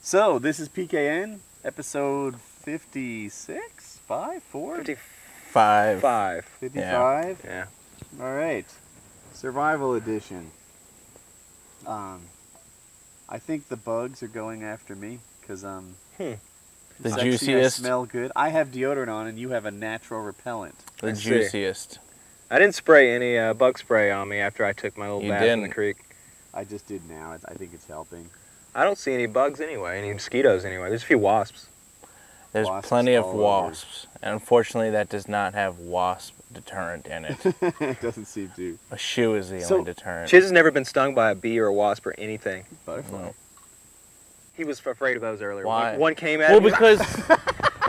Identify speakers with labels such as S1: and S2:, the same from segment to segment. S1: So this is PKN episode 56, 5, 4,
S2: Five.
S3: Five.
S1: 55.
S3: Yeah.
S1: All right, survival edition. Um, I think the bugs are going after me because um,
S2: The
S1: sexy, I
S2: juiciest.
S1: smell good. I have deodorant on, and you have a natural repellent.
S2: The
S3: I see.
S2: juiciest.
S3: I didn't spray any uh, bug spray on me after I took my little
S2: You
S3: bath in
S2: didn't.
S3: the creek.
S1: I just did now. I- I think it's helping.
S3: I don't see any bugs anyway, any mosquitoes anyway. There's a few wasps.
S2: There's
S1: Wasps
S2: plenty of
S1: all over.
S2: wasps. And unfortunately, that does not have wasp deterrent in it.
S1: it doesn't seem to.
S2: a shoe is the
S1: So-
S2: only deterrent.
S3: Chiz has never been stung by a bee or a wasp or anything.
S1: Butterfly.
S2: No.
S3: He was afraid of those earlier.
S2: Why?
S3: One, one came at
S2: Well,
S3: me.
S2: because.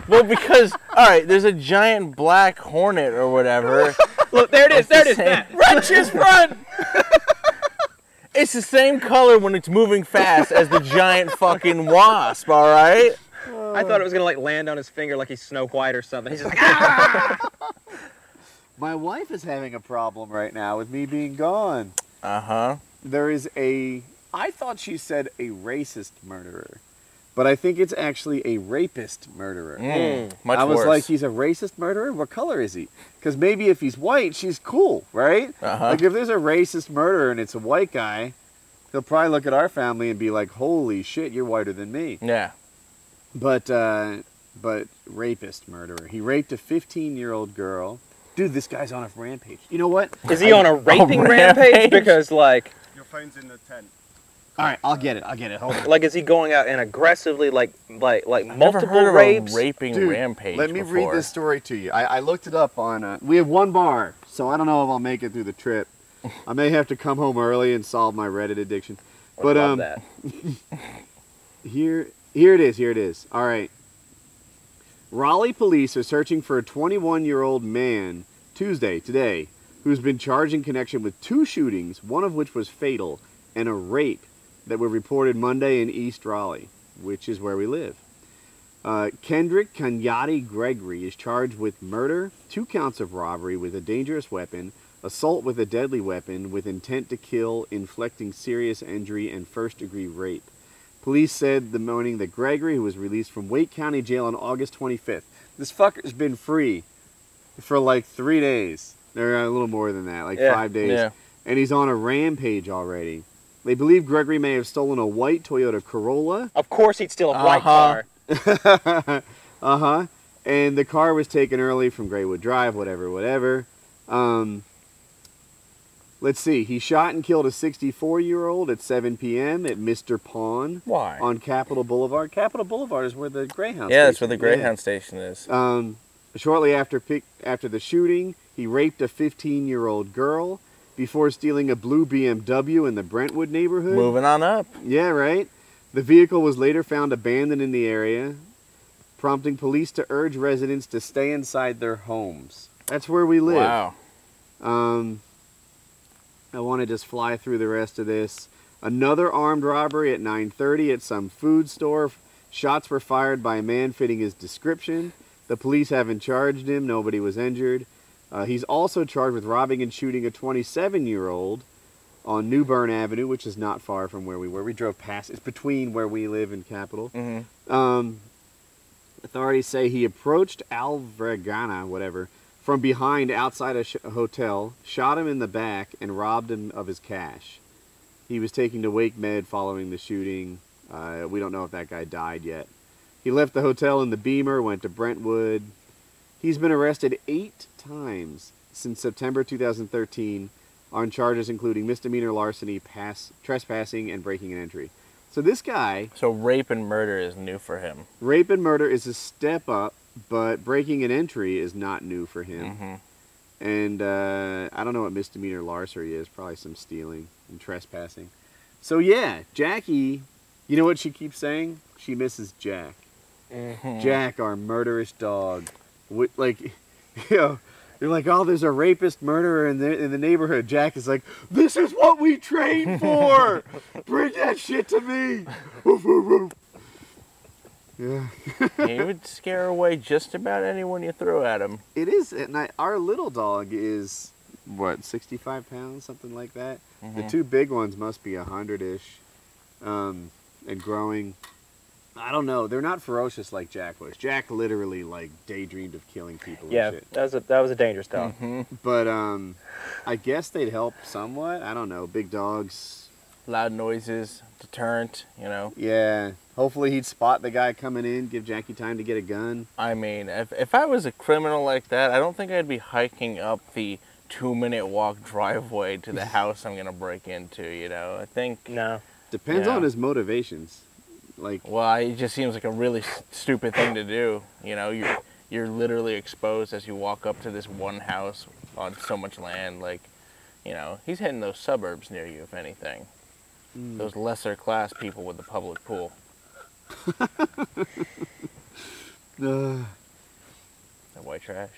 S2: well, because. All right, there's a giant black hornet or whatever.
S3: Look, there it is.
S2: It's the
S3: There it is.
S2: same-
S3: Matt.
S2: Run, Chiz, run! It's the same color when it's moving fast as the giant fucking wasp, all right?
S3: I thought it was gonna like land on his finger like he's Snow White or something. He's just like, ah!
S1: My wife is having a problem right now with me being gone.
S2: Uh huh.
S1: There is a. I thought she said a racist murderer, but I think it's actually a rapist murderer.
S2: Mm, much
S1: Hmm. I was
S2: worse.
S1: like, he's a racist murderer? What color is he? Because maybe if he's white, she's cool, right?
S2: uh-huh.
S1: Like, if there's a racist murderer and it's a white guy, he'll probably look at our family and be like, holy shit, you're whiter than me.
S2: yeah.
S1: But uh, but rapist murderer. He raped a 15 year old girl. Dude, this guy's on a rampage. You know what?
S3: is he on a raping
S2: rampage?
S3: rampage? Because like,
S4: Your phone's in the tent.
S1: All right, I'll get it. I'll get it. Hold on.
S3: like is he going out and aggressively like like like
S2: I've never
S3: multiple
S2: heard of a
S3: rapes?
S2: raping
S1: Dude,
S2: rampage.
S1: Let me
S2: before.
S1: read this story to you. I, I looked it up on. Uh, we have one bar, so I don't know if I'll make it through the trip. I may have to come home early and solve my Reddit addiction.
S3: Would
S1: But
S3: love
S1: um,
S3: that.
S1: Here, here it is. Here it is. All right. Raleigh police are searching for a 21-year-old man Tuesday today, who's been charged in connection with two shootings, one of which was fatal, and a rape that were reported Monday in East Raleigh, which is where we live. Uh, Kendrick Kanyati Gregory is charged with murder, two counts of robbery with a dangerous weapon, assault with a deadly weapon with intent to kill, inflicting serious injury, and first-degree rape. Police said the morning that Gregory, who was released from Wake County Jail on August 25th, this fucker's been free for like three days, or uh, a little more than that, like
S3: Yeah,
S1: five days,
S2: Yeah.
S1: and he's on a rampage already. They believe Gregory may have stolen a white Toyota Corolla.
S3: Of course, he'd steal a white
S2: Uh-huh.
S3: car.
S1: uh huh. And the car was taken early from Graywood Drive, whatever, whatever. Um, let's see. He shot and killed a 64 year old at 7 p.m. at Mr. Pawn
S2: Why?
S1: on Capitol Boulevard. Capitol Boulevard is where the Greyhound.
S2: yeah, that's where
S1: station
S2: the
S1: is.
S2: Greyhound station is.
S1: Um, shortly after pic- after the shooting, he raped a 15-year-old girl before stealing a blue BMW in the Brentwood neighborhood.
S2: Moving on up.
S1: Yeah, right. The vehicle was later found abandoned in the area, prompting police to urge residents to stay inside their homes. That's where we live.
S2: Wow.
S1: Um, I want to just fly through the rest of this. Another armed robbery at 9:30 at some food store. Shots were fired by a man fitting his description. The police haven't charged him. Nobody was injured. Uh, he's also charged with robbing and shooting a 27-year-old on Newbern Avenue, which is not far from where we were. We drove past. It's between where we live and Capitol.
S2: Mhm.
S1: Um, authorities say he approached Alvregana, whatever, from behind outside a sh- hotel, shot him in the back, and robbed him of his cash. He was taken to Wake Med following the shooting. Uh, we don't know if that guy died yet. He left the hotel in the Beamer, went to Brentwood. He's been arrested eight times since September 2013 on charges including misdemeanor larceny, pass, trespassing, and breaking and entry. So this guy
S2: So rape and murder is new for him.
S1: Rape and murder is a step up, but breaking an entry is not new for him.
S2: hmm
S1: And uh, I don't know what misdemeanor larceny is. Probably some stealing and trespassing. So yeah, Jackie. You know what she keeps saying? She misses Jack. Jack, our murderous dog. Wh- Like, you know, you're like, oh, there's a rapist murderer in the in the neighborhood. Jack is like, this is what we train for. Bring that shit to me. Woof, woof, woof. Yeah.
S2: he would scare away just about anyone you throw at him.
S1: It is, and I, our little dog is what sixty-five pounds, something like that. The
S2: Mhm.
S1: two big ones must be a hundred-ish, um, and growing. I don't know. They're not ferocious like Jack was. Jack literally like daydreamed of killing people
S3: Yeah,
S1: and shit.
S3: that was a, that was a dangerous
S2: Mm-hmm.
S3: dog.
S1: But um, I guess they'd help somewhat. I don't know. Big dogs.
S2: Loud noises, deterrent. You know,
S1: Yeah. Hopefully he'd spot the guy coming in, give Jackie time to get a gun.
S2: I mean, if if I was a criminal like that, I don't think I'd be hiking up the two-minute walk driveway to the house I'm gonna break into. You know, I think.
S3: No,
S1: Depends
S2: Yeah.
S1: on his motivations. Like,
S2: Well, it just seems like a really s- stupid thing to do. You know, you're you're literally exposed as you walk up to this one house on so much land. Like, you know, he's hitting those suburbs near you, if anything.
S1: Hmm. mm,
S2: Those lesser class people with the public pool.
S1: uh,
S2: The white trash.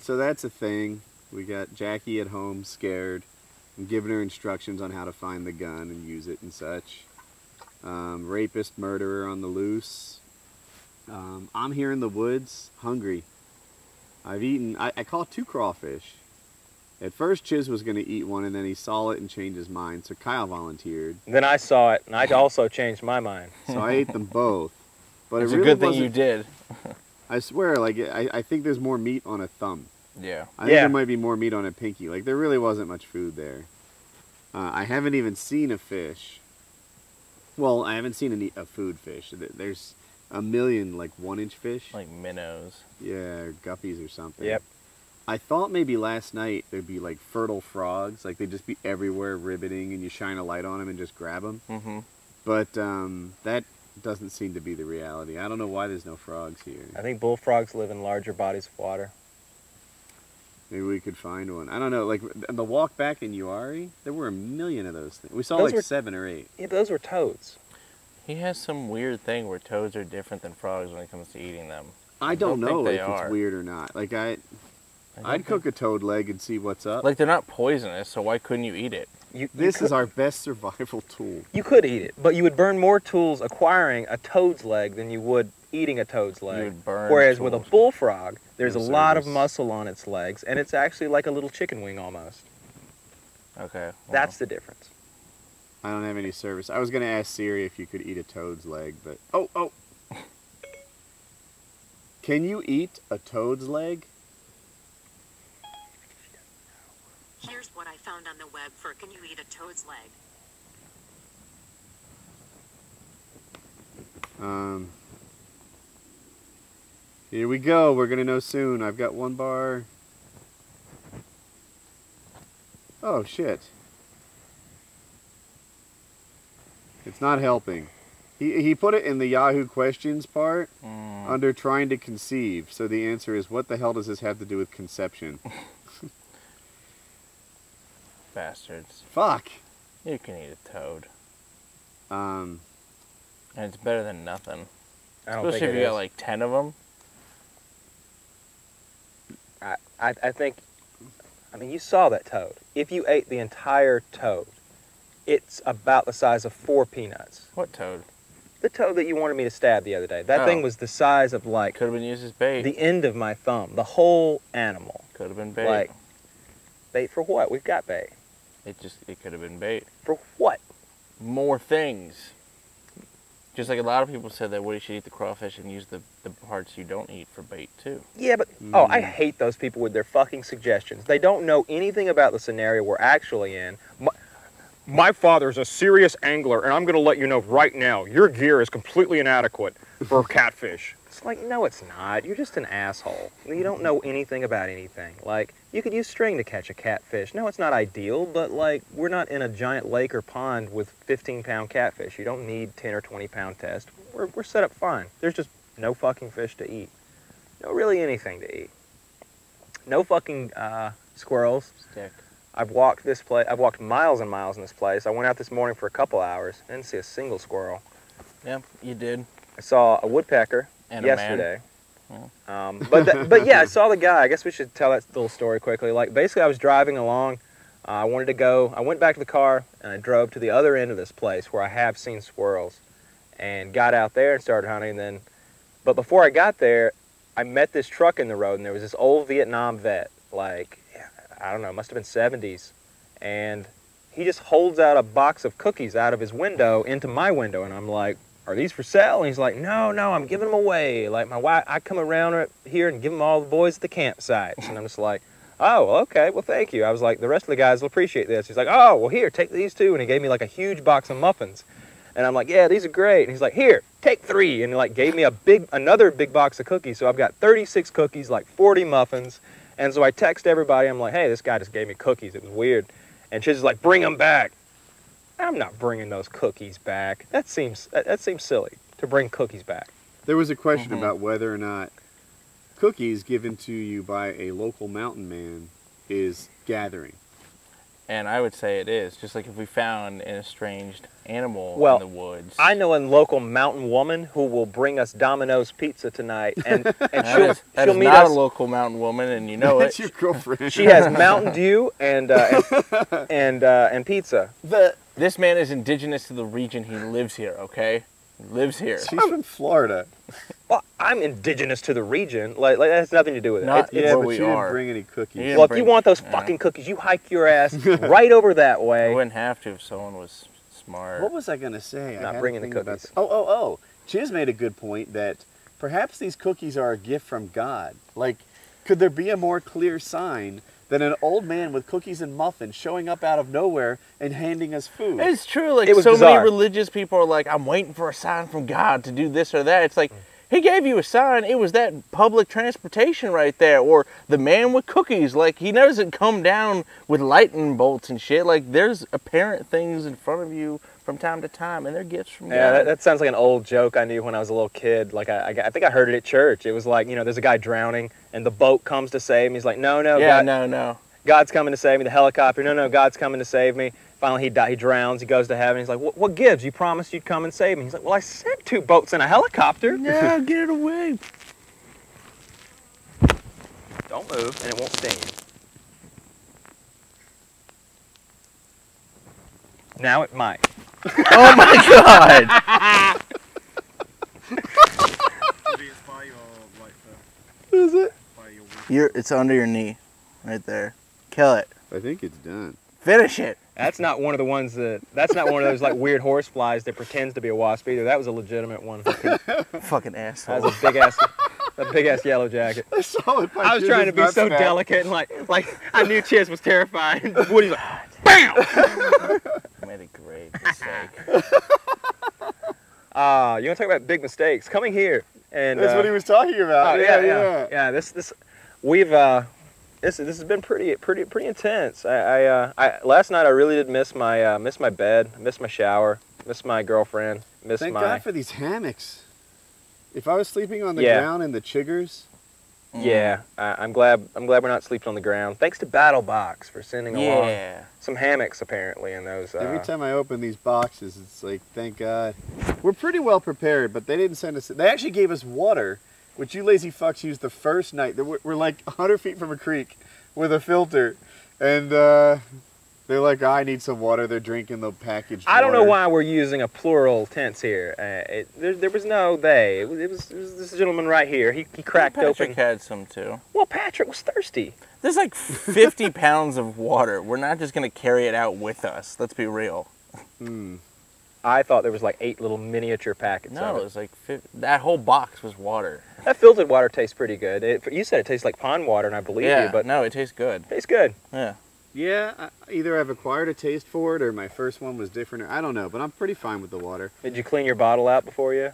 S1: so that's a thing. We got Jackie at home, scared, and giving her instructions on how to find the gun and use it and such. Um, rapist, murderer on the loose. Um, I'm here in the woods, hungry. I've eaten. I, I caught two crawfish. At first, Chiz was going to eat one, and then he saw it and changed his mind. So Kyle volunteered.
S3: then I saw it, and I also changed my mind.
S1: So I ate them both. But
S2: it's
S1: it really
S2: a good thing
S1: wasn't-
S2: you did.
S1: I swear, like I, I think there's more meat on a thumb.
S2: Yeah.
S1: I think
S3: Yeah.
S1: there might be more meat on a pinky. Like there really wasn't much food there. Uh, I haven't even seen a fish. Well, I haven't seen any a food fish. Th- There's a million like one inch fish.
S2: Like minnows.
S1: yeah, or guppies or something.
S3: Yep.
S1: I thought maybe last night there'd be like fertile frogs. Like they'd just be everywhere, ribbiting, and you shine a light on them and just grab them.
S2: Mm-hmm.
S1: But um, that doesn't seem to be the reality. I don't know why there's no frogs here.
S3: I think bullfrogs live in larger bodies of water.
S1: Maybe we could find one. I don't know. Like th- the walk back in Uari, there were a million of those things. We saw
S3: Those
S1: like
S3: were-
S1: seven or eight.
S3: Yeah, but those were toads.
S2: He has some weird thing where toads are different than frogs when it comes to eating them.
S1: I don't,
S2: don't think
S1: know
S2: they
S1: if
S2: are.
S1: it's weird or not. Like I,
S2: I don't
S1: I'd
S2: think-
S1: cook a toad leg and see what's up.
S2: Like they're not poisonous, so why couldn't you eat it?
S3: You,
S1: this
S3: you
S1: is our best survival tool.
S3: You could eat it, but you would burn more tools acquiring a toad's leg than you would eating a toad's leg.
S2: would burn
S3: Whereas with a
S2: tools.
S3: bullfrog, there's a
S1: Yes,
S3: lot of
S1: there is.
S3: muscle on its legs, and it's actually like a little chicken wing almost.
S2: Okay. well,
S3: That's the difference.
S1: I don't have any service. I was gonna ask Siri if you could eat a toad's leg, but oh oh. Can you eat a toad's leg?
S4: Here's what I found on the web for Can You Eat a Toad's Leg?
S1: Um. Here we go. We're gonna know soon. I've got one bar. Oh shit. It's not helping. He he put it in the Yahoo questions part
S2: Mm.
S1: under trying to conceive. So the answer is what the hell does this have to do with conception?
S2: bastards.
S1: Fuck.
S2: You can eat a toad,
S1: Um.
S2: and it's better than nothing.
S3: I don't
S2: Especially
S3: think
S2: if
S3: it
S2: you got
S3: is.
S2: like ten of them.
S3: I, I think, I mean, you saw that toad. If you ate the entire toad, it's about the size of four peanuts.
S2: What toad?
S3: The toad that you wanted me to stab the other day, that
S2: Oh.
S3: thing was the size of like
S2: Could have been used as bait.
S3: the end of my thumb, the whole animal.
S2: Could have been bait.
S3: Like, bait for what? We've got bait.
S2: it just it could have been bait.
S3: For what?
S2: More things. Just like a lot of people said that Woody should eat the crawfish and use the, the parts you don't eat for bait too.
S3: Yeah, but oh, I hate those people with their fucking suggestions. They don't know anything about the scenario we're actually in. My, my father's a serious angler, and I'm going to let you know right now your gear is completely inadequate for catfish. It's like, no, it's not. You're just an asshole. You don't know anything about anything. Like, you could use string to catch a catfish. No, it's not ideal, but like, we're not in a giant lake or pond with 15 pound catfish. You don't need 10 or 20 pound test. We're, we're set up fine. There's just no fucking fish to eat no really anything to eat. No fucking uh, squirrels.
S2: Stick.
S3: I've walked this place. I've walked miles and miles in this place. I went out this morning for a couple hours. I didn't see a single squirrel.
S2: Yeah, you did.
S3: I saw a woodpecker
S2: And
S3: yesterday. Um, but th- but yeah, I saw the guy. I guess we should tell that little story quickly. Like basically, I was driving along. Uh, I wanted to go. I went back to the car and I drove to the other end of this place where I have seen squirrels, and got out there and started hunting. And then, but before I got there, I met this truck in the road and there was this old Vietnam vet. Like I don't know, must have been 70s, and he just holds out a box of cookies out of his window into my window, and I'm like, are these for sale? And he's like, no, no, I'm giving them away. Like my wife, I come around up here and give them all the boys at the campsites. And I'm just like, oh, well, okay, well, thank you. I was like, the rest of the guys will appreciate this. He's like, oh, well, here, take these two. And he gave me like a huge box of muffins. And I'm like, yeah, these are great. And he's like, here, take three. And he like gave me a big, another big box of cookies. So I've got 36 cookies, like 40 muffins. And so I text everybody. I'm like, hey, this guy just gave me cookies. It was weird. And she's just like, bring them back. I'm not bringing those cookies back. That seems that, that seems silly to bring cookies back.
S1: There was a question
S2: Mhm.
S1: about whether or not cookies given to you by a local mountain man is gathering.
S2: And I would say it is. Just like if we found an estranged animal
S3: Well,
S2: in the woods.
S3: I know a local mountain woman who will bring us Domino's pizza tonight, and and
S2: That
S3: she'll
S2: is, that
S3: she'll
S2: is
S3: meet
S2: not
S3: us.
S2: a local mountain woman, and you know it.
S1: That's your girlfriend.
S3: she has Mountain Dew and uh, and and, uh, and pizza.
S2: This man is indigenous to the region he lives here, okay? He lives here.
S1: She's from Florida.
S3: Well, I'm indigenous to the region. Like, like that has nothing to do with it.
S2: Not-
S3: It-
S1: Yeah,
S2: Where
S1: but
S2: we
S1: she didn't
S2: are.
S1: bring any cookies.
S2: Yeah.
S3: well, if you
S2: bring-
S3: want those
S2: yeah.
S3: fucking cookies, you hike your ass right over that
S2: I
S3: way.
S2: wouldn't have to if someone was smart.
S1: What was I gonna say? I
S3: Not
S1: had a
S3: bringing the
S1: thing about
S3: cookies.
S1: th- oh, oh, oh! Chiz made a good point that perhaps these cookies are a gift from God. Like, could there be a more clear sign than an old man with cookies and muffins showing up out of nowhere and handing us food?
S2: It's true. Like
S3: It was
S2: so
S3: bizarre.
S2: many religious people are like, I'm waiting for a sign from God to do this or that. It's like he gave you a sign. It was that public transportation right there, or the man with cookies. Like he doesn't come down with lightning bolts and shit. Like there's apparent things in front of you from time to time, and they're gifts from
S3: Yeah,
S2: God.
S3: that, that sounds like an old joke I knew when I was a little kid. Like I, I, got- I think I heard it at church. It was like, you know, there's a guy drowning, and the boat comes to save him. He's like, no, no,
S2: yeah,
S3: God,
S2: no, no.
S3: God's coming to save me. The helicopter, no, no, God's coming to save me. Finally, he die, he drowns. He goes to heaven. He's like, what, what gives? You promised you'd come and save me. He's like, well, I sent two boats and a helicopter.
S2: No, get it away.
S3: Don't move, and it won't sting you. Now it might.
S2: Oh my God.
S1: Is it?
S2: You're, it's under your knee, right there. Kill it.
S1: I think it's done.
S2: Finish it.
S3: That's not one of the ones that. That's not one of those like weird horse flies that pretends to be a wasp either. That was a legitimate one.
S2: Fucking
S3: That
S2: asshole.
S3: was a big ass, a big ass yellow jacket.
S1: I saw it.
S3: I was trying to be so delicate and like, like I knew Chiz was terrified. And Woody's like, bam!
S2: Made a great mistake.
S3: Uh, you want to talk about big mistakes? Coming here and
S1: That's
S3: uh,
S1: what he was talking
S3: oh,
S1: about.
S3: yeah, yeah, yeah, This, this, we've uh, this, this has been pretty, pretty, pretty intense. I, I, uh, I last night I really did miss my, uh, miss my bed, miss my shower, miss my girlfriend, miss
S1: Thank
S3: my.
S1: God for these hammocks. If I was sleeping on the
S3: Yeah.
S1: ground in the chiggers,
S2: Mm.
S3: Yeah, I, I'm glad. I'm glad we're not sleeping on the ground. Thanks to Battle Box for sending along
S2: Yeah.
S3: some hammocks apparently in those. Uh,
S1: Every time I open these boxes, it's like, thank God. We're pretty well prepared, but they didn't send us. They actually gave us water, which you lazy fucks used the first night. They were- We're like 100 feet from a creek with a filter, and uh, they're like, "Oh, I need some water. They're drinking the packaged
S3: I don't know
S1: water.
S3: why we're using a plural tense here. Uh, it, there, there was no they. It was, it was, it was this gentleman right here. He, he cracked
S2: Patrick
S3: open.
S2: had some too.
S3: Well, Patrick was thirsty.
S2: There's like 50 pounds of water. We're not just gonna carry it out with us. Let's be real.
S1: Hmm.
S3: I thought there was like eight little miniature packets.
S2: No,
S3: of
S2: it's like fif- that whole box was water.
S3: it. that filtered water tastes pretty good. It, you said it tastes like pond water, and I believe
S2: yeah,
S3: you, but
S2: no, it tastes good.
S3: tastes good.
S2: Yeah,
S1: Yeah, I, either I've acquired a taste for it or my first one was different. Or, I don't know, but I'm pretty fine with the water.
S3: Did you clean your bottle out before you?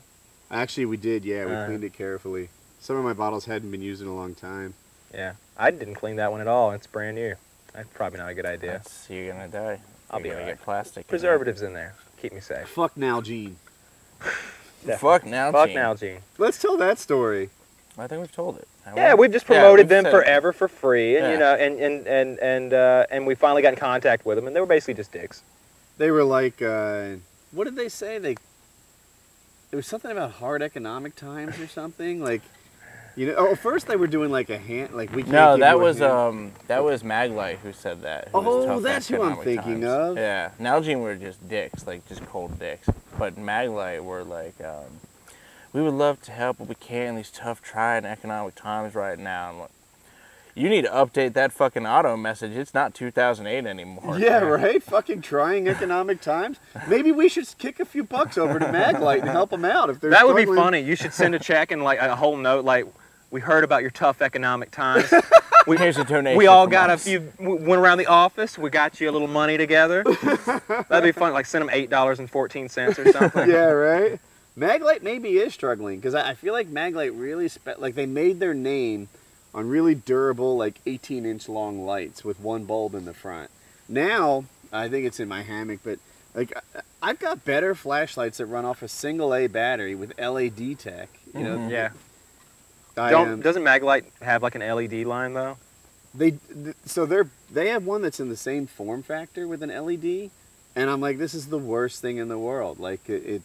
S1: Actually, we did, yeah. We
S3: Uh.
S1: cleaned it carefully. Some of my bottles hadn't been used in a long time.
S3: Yeah, I didn't clean that one at all. It's brand new. That's probably not a good idea.
S2: That's, you're gonna die.
S3: I'll
S2: you're
S3: be
S2: gonna
S3: alright.
S2: get plastic. in there.
S3: Preservatives in there. Keep me safe.
S1: Fuck Nalgene.
S2: Fuck now.
S3: Fuck
S2: Gene.
S3: Nalgene.
S1: Let's tell that story.
S2: I think we've told it. I
S3: Yeah,
S2: won't-
S3: we've just
S2: Yeah,
S3: promoted
S2: we've
S3: them
S2: said-
S3: forever for free, and you
S2: Yeah.
S3: know, and and and and uh, and we finally got in contact with them, and they were basically just dicks.
S1: they were like, uh, what did they say? They it was something about hard economic times or something. Like, you know, oh, first they were doing like a hand, like we can't.
S2: No,
S1: give you
S2: that
S1: a
S2: was
S1: hand.
S2: um, that was Maglite who said that. who was
S1: Oh,
S2: tough
S1: that's who I'm
S2: economic
S1: thinking
S2: times.
S1: of.
S2: Yeah, Nalgene were just dicks, like just cold dicks. But Maglite were like, um, we would love to help, but we can't in these tough, trying economic times right now. I'm like, You need to update that fucking auto message. It's not 2008 anymore.
S1: Yeah, right? Fucking trying economic times. Maybe we should kick a few bucks over to Maglite and help them out if they're
S3: That would be
S1: struggling.
S3: funny. You should send a check and like a whole note like, we heard about your tough economic times. We,
S2: Here's a donation.
S3: we all
S2: from
S3: got a
S2: us.
S3: few, we went around the office, we got you a little money together. That'd be fun. Like send them $8.14 or something.
S1: yeah, right. Maglite maybe is struggling because I, I feel like Maglite really spe- like they made their name on really durable like 18 inch long lights with one bulb in the front. Now I think it's in my hammock, but like I- I've got better flashlights that run off a single A battery with LED tech. You know,
S2: Mhm.
S3: Mm-hmm. Yeah.
S1: I
S3: Don't,
S1: am-
S3: Doesn't Maglite have like an LED line though?
S1: they th- so they're they have one that's in the same form factor with an LED, and I'm like, this is the worst thing in the world. Like it, it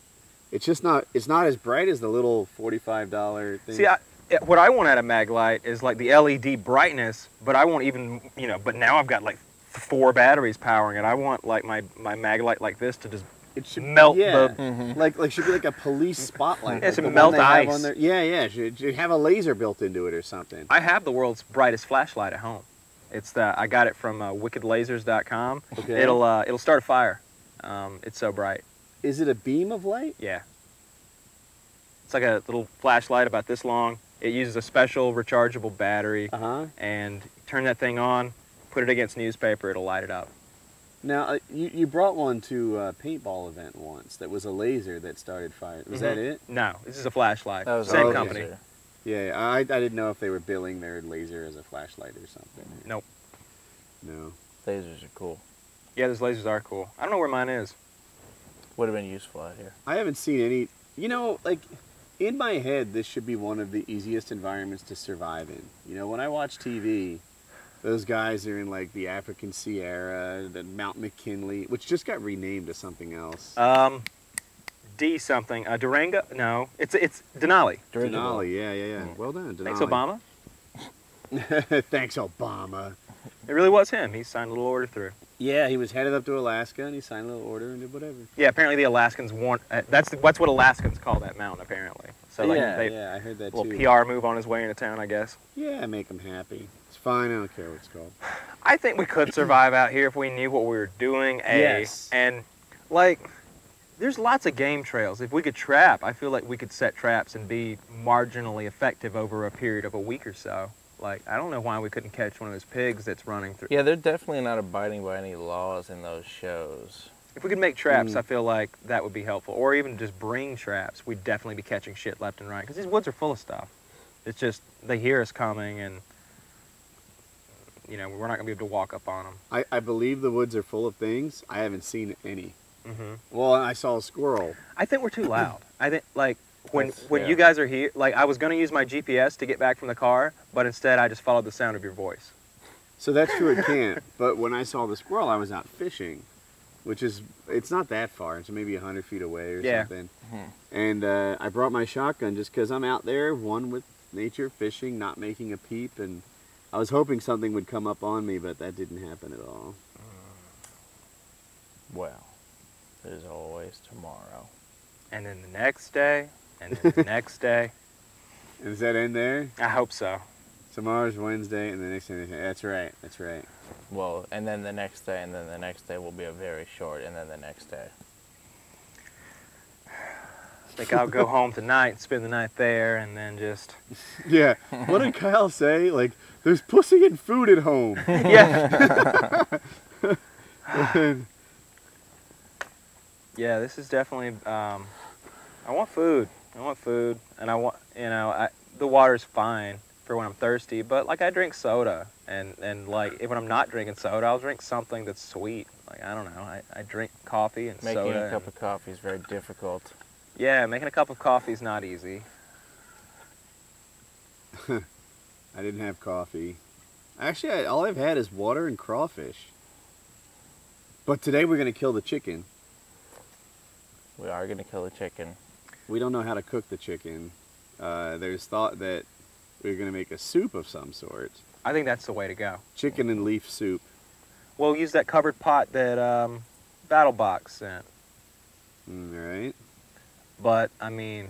S1: it's just not it's not as bright as the little forty five dollar thing.
S3: See, I, it- what I want out of Maglite is like the LED brightness, but I want even you know. But now I've got like four batteries powering it. I want like my my Maglite like this to just
S1: it should
S3: melt
S1: yeah,
S3: the-
S2: Mhm.
S1: like like should be like a police spotlight.
S3: Yeah, it
S1: like
S3: should
S1: the one
S3: melt
S1: they have
S3: ice.
S1: on their- yeah, yeah, it should, it should have a laser built into it or something.
S3: I have the world's brightest flashlight at home. It's the I got it from uh, wickedlasers.com.
S1: Okay.
S3: It'll uh, it'll start a fire. Um, it's so bright.
S1: Is it a beam of light?
S3: Yeah. It's like a little flashlight about this long. It uses a special rechargeable battery
S1: Uh huh.
S3: and turn that thing on, put it against newspaper, it'll light it up.
S1: Now uh, you you brought one to a paintball event once that was a laser that started fire. Was that
S3: Mhm.
S1: it?
S3: No, this is a flashlight.
S2: That was Oh,
S3: Same
S1: okay.
S3: company.
S1: Yeah, yeah, I, I didn't know if they were billing their laser as a flashlight or something.
S3: Nope.
S1: No.
S2: Lasers are cool.
S3: Yeah, those lasers are cool. I don't know where mine is.
S2: Would have been useful out here.
S1: I haven't seen any. You know, like, in my head, this should be one of the easiest environments to survive in. You know, when I watch TV, those guys are in, like, the African Sierra, the Mount McKinley, which just got renamed to something else.
S3: Um, D something. Uh, Durango? No, it's it's Denali.
S2: Dirigible.
S1: Denali, yeah, yeah, yeah.
S2: Yeah.
S1: Well done, Denali.
S3: Mm. Thanks, Obama.
S1: Thanks, Obama.
S3: It really was him. He signed a little order through.
S1: Yeah, he was headed up to Alaska and he signed a little order and did whatever.
S3: Yeah, apparently the Alaskans want. Uh, that's that's what Alaskans call that mountain, apparently. So like
S2: Yeah,
S3: they
S1: yeah, I heard that
S3: little
S1: too.
S3: PR move on his way into town, I guess.
S1: Yeah, make him happy. It's fine. I don't care what it's called.
S3: I think we could survive out here if we knew what we were doing. A
S1: Yes.
S3: and like, there's lots of game trails. If we could trap, I feel like we could set traps and be marginally effective over a period of a week or so. Like, I don't know why we couldn't catch one of those pigs that's running through.
S2: Yeah, they're definitely not abiding by any laws in those shows.
S3: If we could make traps,
S1: Mm.
S3: I feel like that would be helpful. Or even just bring traps, we'd definitely be catching shit left and right because these woods are full of stuff. It's just they hear us coming, and you know we're not gonna be able to walk up on
S1: I, I believe the woods are full of things. I haven't seen any.
S3: them. hmm
S1: Well, I saw a squirrel.
S3: I think we're too loud. I think like when
S2: That's-
S3: when
S2: yeah.
S3: you guys are here, like I was gonna use my GPS to get back from the car, but instead I just followed the sound of your voice.
S1: So that's true at camp. But when I saw the squirrel, I was out fishing, which is, it's not that far. It's maybe 100 feet away or
S3: Yeah.
S1: something.
S2: Mhm.
S1: And uh, I brought my shotgun just because I'm out there, one with nature, fishing, not making a peep. And I was hoping something would come up on me, but that didn't happen at all.
S2: Well, there's always tomorrow.
S3: And then the next day, and then the next day.
S1: And does that end there?
S3: I hope so.
S1: Tomorrow's Wednesday, and the next thing, that's right, that's right.
S2: Well, and then the next day, and then the next day will be a very short, and then the next day.
S3: I think I'll go home tonight and spend the night there, and then just
S1: Yeah. What did Kyle say? Like, there's pussy and food at home.
S3: yeah. yeah, this is definitely. Um, I want food. I want food, and I want you know I, the water's fine for when I'm thirsty, but like I drink soda, and and like if, when I'm not drinking soda, I'll drink something that's sweet. Like I don't know, I, I drink coffee and
S2: Making
S3: soda.
S2: a cup
S3: and-
S2: of coffee is very difficult.
S3: yeah, making a cup of coffee is not easy.
S1: I didn't have coffee. Actually, I, all I've had is water and crawfish. But today we're going to kill the chicken.
S2: We are gonna kill a chicken.
S1: We don't know how to cook the chicken. Uh, there's thought that we're going to make a soup of some sort
S3: I think that's the way to go.
S1: chicken and leaf soup.
S3: We'll use that covered pot that um, Battle Box sent.
S1: Mm, All right.
S3: But I mean,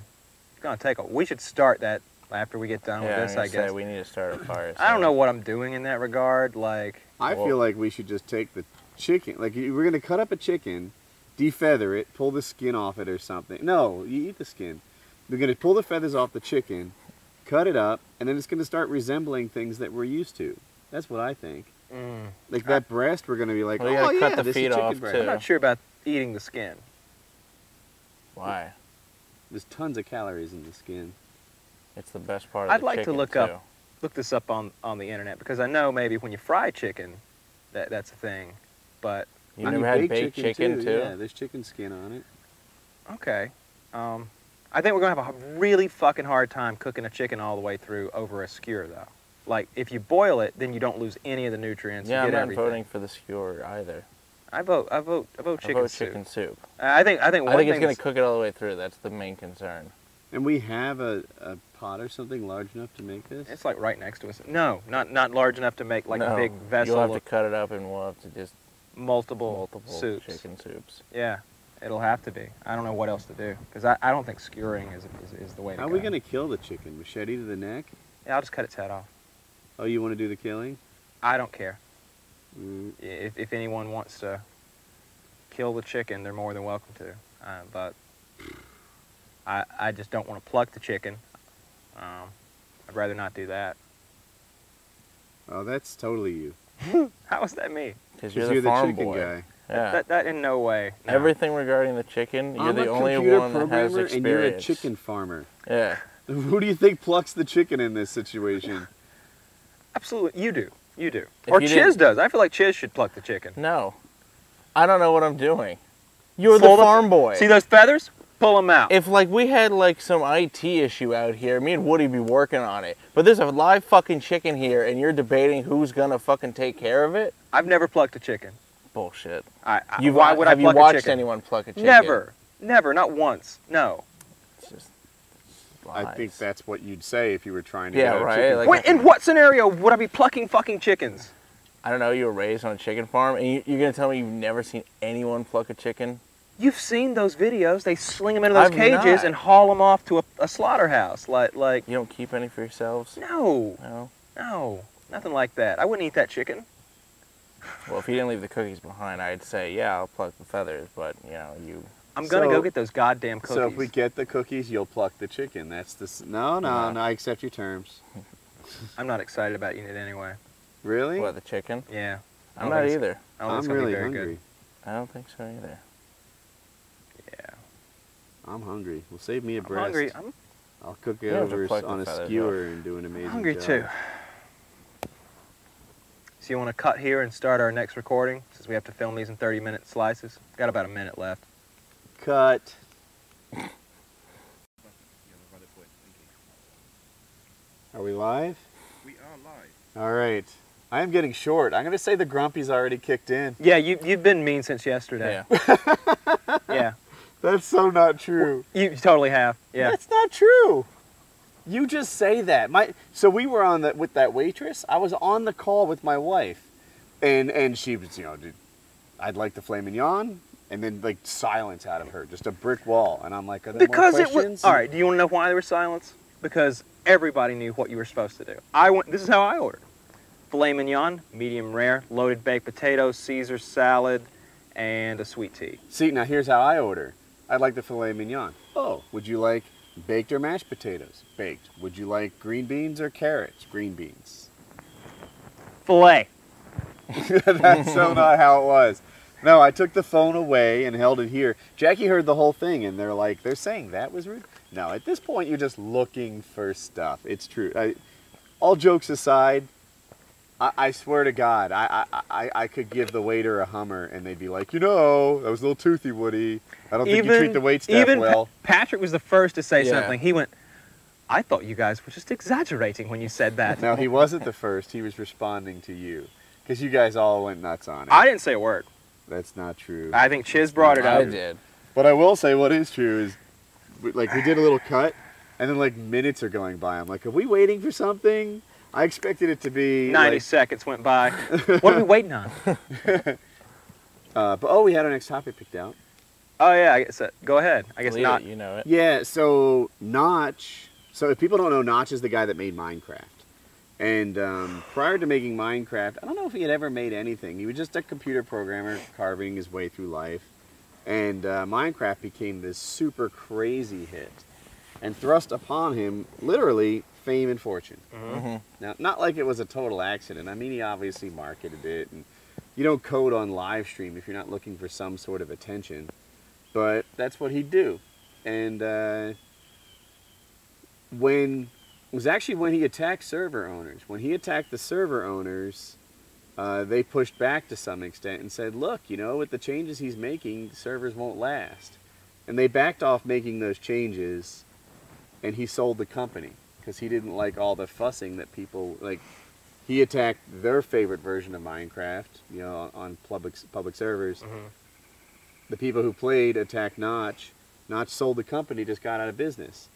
S3: it's gonna take a. We should start that after we get done
S2: yeah,
S3: with this,
S2: I'm
S3: I
S2: gonna say
S3: guess.
S2: we need to start a fire.
S3: I don't know
S2: so-
S3: what I'm doing in that regard. Like,
S1: I
S2: Well-
S1: feel like we should just take the chicken. Like you- we're gonna cut up a chicken, defeather it, pull the skin off it or something. No, you eat the skin. We're gonna pull the feathers off the chicken, cut it up, and then it's gonna start resembling things that we're used to. That's what I think.
S3: mm,
S1: Like that breast, we're gonna be like,
S2: Well, you
S1: oh
S2: gotta
S1: yeah,
S2: cut the
S1: this
S2: feet
S1: is chicken
S2: off,
S1: breast.
S3: I'm not sure about eating the skin.
S2: Why?
S1: There's tons of calories in the skin.
S2: It's the best part. Of
S3: I'd
S2: the
S3: like to
S2: chicken,
S3: look up-
S2: too.
S3: Look this up on on the internet because I know maybe when you fry chicken, that that's a thing. But
S2: You
S1: I mean,
S2: never had baked chicken, too?
S1: Yeah, there's chicken skin on it.
S3: okay, um, I think we're gonna have a really fucking hard time cooking a chicken all the way through over a skewer though. Like if you boil it, then you don't lose any of the nutrients.
S2: Yeah,
S3: you
S2: I'm
S3: get
S2: not
S3: everything.
S2: voting for the skewer either.
S3: I vote. I vote. I vote chicken
S2: I vote
S3: soup.
S2: chicken soup.
S3: I think. I think. One
S2: I think it's
S3: thing
S2: gonna
S3: that's-
S2: cook it all the way through. That's the main concern.
S1: And we have a, a pot or something large enough to make this.
S3: It's like right next to us. No, not not large enough to make like
S2: No,
S3: a big vessel
S2: You'll have to
S3: of
S2: cut it up, and we'll have to just
S3: multiple
S2: multiple
S3: soups.
S2: chicken soups.
S3: Yeah, it'll have to be. I don't know what else to do because I, I don't think skewering is, is, is the way to
S1: How are
S3: go.
S1: we gonna kill the chicken? Machete to the neck?
S3: Yeah, I'll just cut its head off.
S1: Oh, you want to do the killing?
S3: I don't care.
S1: Mm,
S3: I- If, if anyone wants to kill the chicken, they're more than welcome to. Uh, but I I just don't want to pluck the chicken. Um, I'd rather not do that.
S1: Oh, that's totally you.
S3: How is that me?
S2: Because
S1: 'Cause
S2: you're, the farm
S1: chicken
S2: boy.
S1: guy.
S2: Yeah.
S3: That that in no way. no.
S2: Everything regarding the chicken, you're
S1: I'm
S2: the
S1: a
S2: only
S1: computer
S2: one that has
S1: programmer,
S2: experience.
S1: and you're a chicken farmer.
S2: Yeah.
S1: Who do you think plucks the chicken in this situation?
S3: Absolutely, you do. You do.
S2: If
S3: or
S2: you
S3: Chiz
S2: didn't-
S3: does. I feel like Chiz should pluck the chicken.
S2: No. I don't know what I'm doing. You're
S3: Fold
S2: the
S3: 'em-
S2: farm boy.
S3: See those feathers? Pull them out.
S2: if like we had like some IT issue out here, me and Woody'd be working on it. But there's a live fucking chicken here, and you're debating who's gonna fucking take care of it.
S3: I've never plucked a chicken.
S2: Bullshit.
S3: I, I,
S2: You've
S3: why would I
S2: have
S3: pluck
S2: you watched
S3: a chicken?
S2: anyone pluck a chicken?
S3: Never. Never. Not once. No.
S2: It's just
S1: I think
S2: lies.
S1: that's what you'd say if you were trying to.
S2: Yeah,
S1: get a
S2: right,
S1: chicken.
S2: like-
S3: Wait, in what scenario would I be plucking fucking chickens?
S2: I don't know. You were raised on a chicken farm, and you, you're gonna tell me you've never seen anyone pluck a chicken?
S3: You've seen those videos. They sling them into those
S2: I've
S3: cages
S2: not.
S3: and haul them off to a, a slaughterhouse. Like, like,
S2: You don't keep any for yourselves?
S3: no,
S2: No.
S3: no, nothing like that. I wouldn't eat that chicken.
S2: Well, if you didn't leave the cookies behind, I'd say yeah, I'll pluck the feathers. But you know, you
S3: I'm gonna
S1: So-
S3: go get those goddamn cookies.
S1: so if we get the cookies, you'll pluck the chicken. That's the. s- No, no,
S2: Nah.
S1: no. I accept your terms.
S3: I'm not excited about eating it anyway.
S1: Really?
S2: what the chicken?
S3: Yeah, I
S2: I'm
S3: don't
S2: not
S3: think I
S2: either.
S3: don't think
S1: I'm
S3: it's gonna
S1: really
S3: be very
S1: hungry.
S3: good.
S2: I don't think so either.
S1: I'm hungry. Well, save me a
S3: I'm
S1: breast.
S3: hungry. I'm
S1: I'll cook it
S2: You don't have to
S1: over s-
S2: pluck the
S1: on a
S2: feathers off.
S1: skewer and do an amazing.
S3: hungry
S1: job.
S3: too. So you want to cut here and start our next recording since we have to film these in 30 minute slices. Got about a minute left.
S1: Cut. Are we live?
S5: We are live.
S1: All right. I am getting short. I'm gonna say the grumpy's already kicked in.
S3: Yeah, you you've been mean since yesterday.
S2: Yeah.
S3: Yeah.
S1: That's so not true.
S3: You, you totally have. Yeah.
S1: That's not true. You just say that. My so we were on that with that waitress. I was on the call with my wife, and and she was you know, dude, I'd like the filet mignon, and then like silence out of her, just a brick wall, and I'm like, are there
S3: Because
S1: more
S3: it
S1: questions?
S3: was All right, do you want to know why there was silence? Because everybody knew what you were supposed to do. I went This is how I ordered. Filet mignon, medium rare, loaded baked potatoes, Caesar salad, and a sweet tea.
S1: See now here's how I order. I'd like the filet mignon. Oh, would you like baked or mashed potatoes? Baked. Would you like green beans or carrots? Green beans.
S3: Filet.
S1: That's so not how it was. No, I took the phone away and held it here. Jackie heard the whole thing, and they're like, they're saying that was rude. No, at this point, you're just looking for stuff. It's true. I, all jokes aside, I, I swear to God, I, I, I, I could give the waiter a Hummer, and they'd be like, you know, that was a little toothy, Woody. I don't think you treat the wait staff
S3: even Pa-
S1: well.
S3: Patrick was the first to say
S2: Yeah.
S3: something. He went, I thought you guys were just exaggerating when you said that.
S1: No, he wasn't the first. He was responding to you because you guys all went nuts on it.
S3: I didn't say a word.
S1: That's not true.
S3: I think Chiz brought it
S2: I
S3: up.
S2: did.
S1: But I will say what is true is, we- like, we did a little cut, and then like minutes are going by. I'm like, are we waiting for something? I expected it to be
S3: 90
S1: like,
S3: seconds went by. what are we waiting on?
S1: uh, but oh, we had our next topic picked out.
S3: Oh, yeah, I guess. uh, go ahead. I guess
S2: Lead it,
S3: not.
S2: you know it.
S1: Yeah, so Notch So if people don't know, Notch is the guy that made Minecraft. And um, prior to making Minecraft, I don't know if he had ever made anything. He was just a computer programmer carving his way through life. And uh, Minecraft became this super crazy hit and thrust upon him literally fame and fortune. Now, not like it was a total accident. I mean, he obviously marketed it, and you don't code on live stream if you're not looking for some sort of attention. But that's what he'd do. And uh, when it was actually when he attacked server owners. When he attacked the server owners, uh, they pushed back to some extent and said, "Look, you know, with the changes he's making, servers won't last." And they backed off making those changes, and he sold the company because he didn't like all the fussing that people like. He attacked their favorite version of Minecraft, you know, on public public servers.
S3: Mm-hmm.
S1: The people who played attacked Notch. Notch sold the company, just got out of business.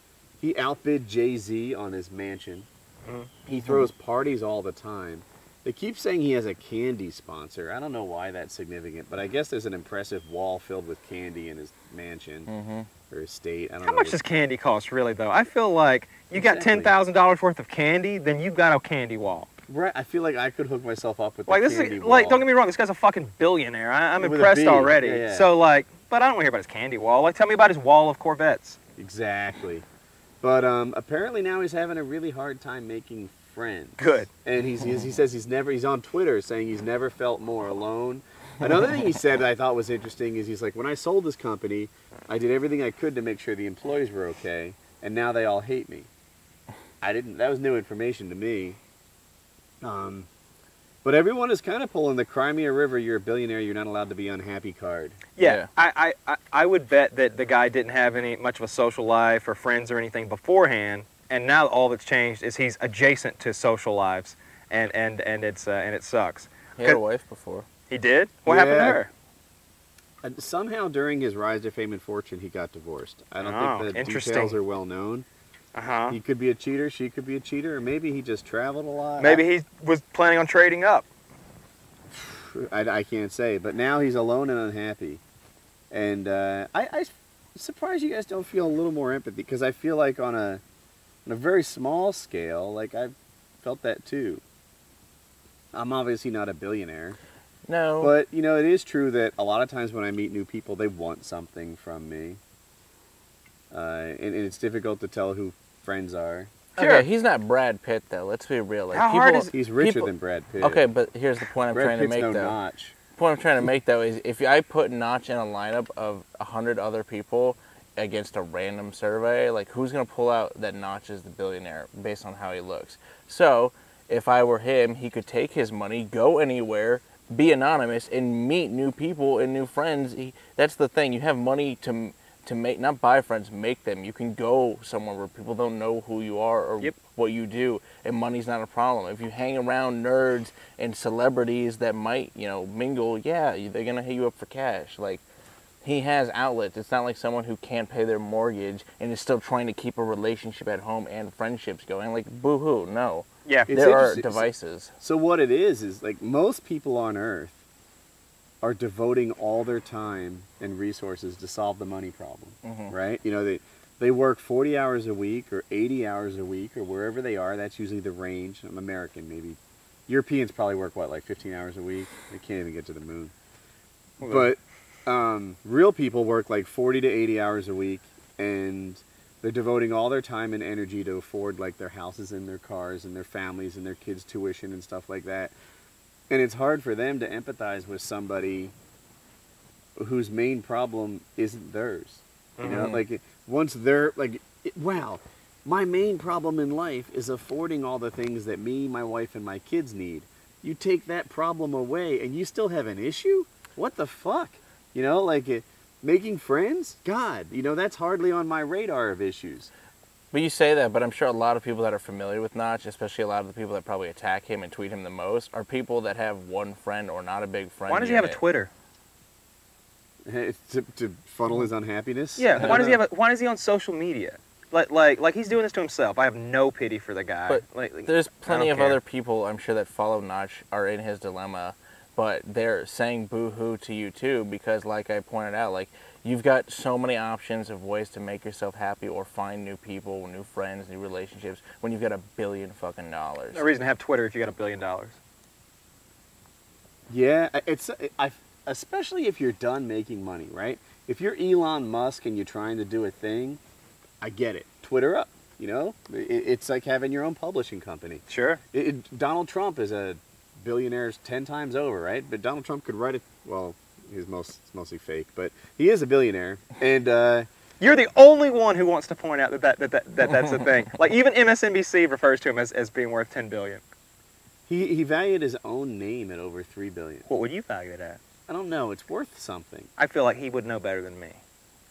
S1: He outbid Jay Z on his mansion.
S3: Mm-hmm.
S1: He throws parties all the time. They keep saying he has a candy sponsor. I don't know why that's significant, but I guess there's an impressive wall filled with candy in his mansion or estate. I don't
S3: How
S1: know.
S3: much does candy cost, really, though? I feel like you got
S1: Exactly.
S3: $10,000 worth of candy, then you've got a candy wall.
S1: Right, I feel like I could hook myself up with
S3: Like,
S1: the
S3: this
S1: candy
S3: is, like,
S1: wall.
S3: don't get me wrong, this guy's a fucking billionaire. I, I'm
S1: With a
S3: impressed
S1: B,
S3: already.
S1: yeah, yeah.
S3: So, like, but I don't want to hear about his candy wall. Like, tell me about his wall of Corvettes.
S1: Exactly. But um, apparently now he's having a really hard time making friends.
S3: Good.
S1: And he's, he's, he says he's never, he's on Twitter saying he's never felt more alone. Another thing he said that I thought was interesting is he's like, when I sold this company, I did everything I could to make sure the employees were okay, and now they all hate me. I didn't, that was new information to me. Um, but everyone is kind of pulling the Crimea River, you're a billionaire, you're not allowed to be unhappy card.
S3: Yeah,
S2: Yeah.
S3: I, I, I, I would bet that the guy didn't have any much of a social life or friends or anything beforehand, and now all that's changed is he's adjacent to social lives, and and and it's uh, and it sucks.
S2: He had a wife before.
S3: He did. What happened to
S1: Yeah.
S3: her?
S1: And somehow during his rise to fame and fortune, he got divorced. I don't
S3: Oh,
S1: think the
S3: interesting.
S1: details are well known.
S3: Uh huh.
S1: He could be a cheater, she could be a cheater, or maybe he just traveled a lot.
S3: Maybe he was planning on trading up.
S1: I, I can't say, but now he's alone and unhappy. And uh, I, I s- surprised you guys don't feel a little more empathy because I feel like on a on a very small scale, like I've felt that too. I'm obviously not a billionaire.
S2: No.
S1: But you know, it is true that a lot of times when I meet new people, they want something from me, uh, and, and it's difficult to tell who friends are.
S3: Sure.
S2: Okay, he's not Brad Pitt though. Let's be real. Like,
S3: How
S2: people,
S3: hard is-
S1: He's richer
S2: people-
S1: than Brad Pitt.
S2: Okay, but here's the point I'm
S1: Brad
S2: trying
S1: Pitt's
S2: to make
S1: no
S2: though.
S1: notch.
S2: point I'm trying to make though is if I put Notch in a lineup of a hundred other people against a random survey, like who's gonna pull out that Notch is the billionaire based on how he looks? So if I were him, he could take his money, go anywhere, be anonymous, and meet new people and new friends. He, that's the thing. You have money to to make not buy friends, make them. You can go somewhere where people don't know who you are or
S3: Yep.
S2: what you do, and money's not a problem. If you hang around nerds and celebrities that might, you know, mingle, yeah, you- they're gonna hit you up for cash. Like, he has outlets. It's not like someone who can't pay their mortgage and is still trying to keep a relationship at home and friendships going. Like, boo hoo, no.
S3: Yeah.
S1: It's
S2: there are
S1: interesting-
S2: devices.
S1: So what it is is like most people on Earth are devoting all their time and resources to solve the money problem, right? You know, they they work 40 hours a week or 80 hours a week or wherever they are. That's usually the range. I'm American, maybe. Europeans probably work what like 15 hours a week. They can't even get to the moon. But um, real people work like 40 to 80 hours a week and they're devoting all their time and energy to afford like their houses and their cars and their families and their kids tuition and stuff like that and it's hard for them to empathize with somebody whose main problem isn't theirs you know
S2: Mhm.
S1: like once they're like it- wow my main problem in life is affording all the things that me my wife and my kids need you take that problem away and you still have an issue what the fuck you know like it, making friends god you know that's hardly on my radar of issues
S2: But you say that, but I'm sure a lot of people that are familiar with Notch, especially a lot of the people that probably attack him and tweet him the most, are people that have one friend or not a big friend.
S3: Why does he have a
S2: unit.
S3: Twitter?
S1: to, to funnel his unhappiness
S3: Yeah. Why does he
S1: have?
S3: have? A, why is he on social media? Like like like he's doing this to himself. I have no pity for the guy.
S2: But
S3: like, like-
S2: There's plenty
S3: don't
S2: of
S3: care.
S2: other people I'm sure that follow Notch are in his dilemma, but they're saying boo hoo to you too because, like I pointed out, like You've got so many options of ways to make yourself happy or find new people, new friends, new relationships when you've got a billion fucking dollars.
S3: No reason to have Twitter if you got a billion dollars.
S1: Yeah, I- it's eh, I especially if you're done making money, right? If you're Elon Musk and you're trying to do a thing, I get it. Twitter up, you know? It, it's like having your own publishing company.
S3: Sure.
S1: It, it- Donald Trump is a billionaire 10 times over, right? But Donald Trump could write it well, he's most it's mostly fake, but he is a billionaire and uh
S3: You're the only one who wants to point out that, that, that, that, that that's a thing. Like even MSNBC refers to him as, as being worth 10 billion.
S1: he, he valued his own name at over 3 billion.
S3: What would you value it at?
S1: I don't know, it's worth something.
S3: I feel like he would know better than me.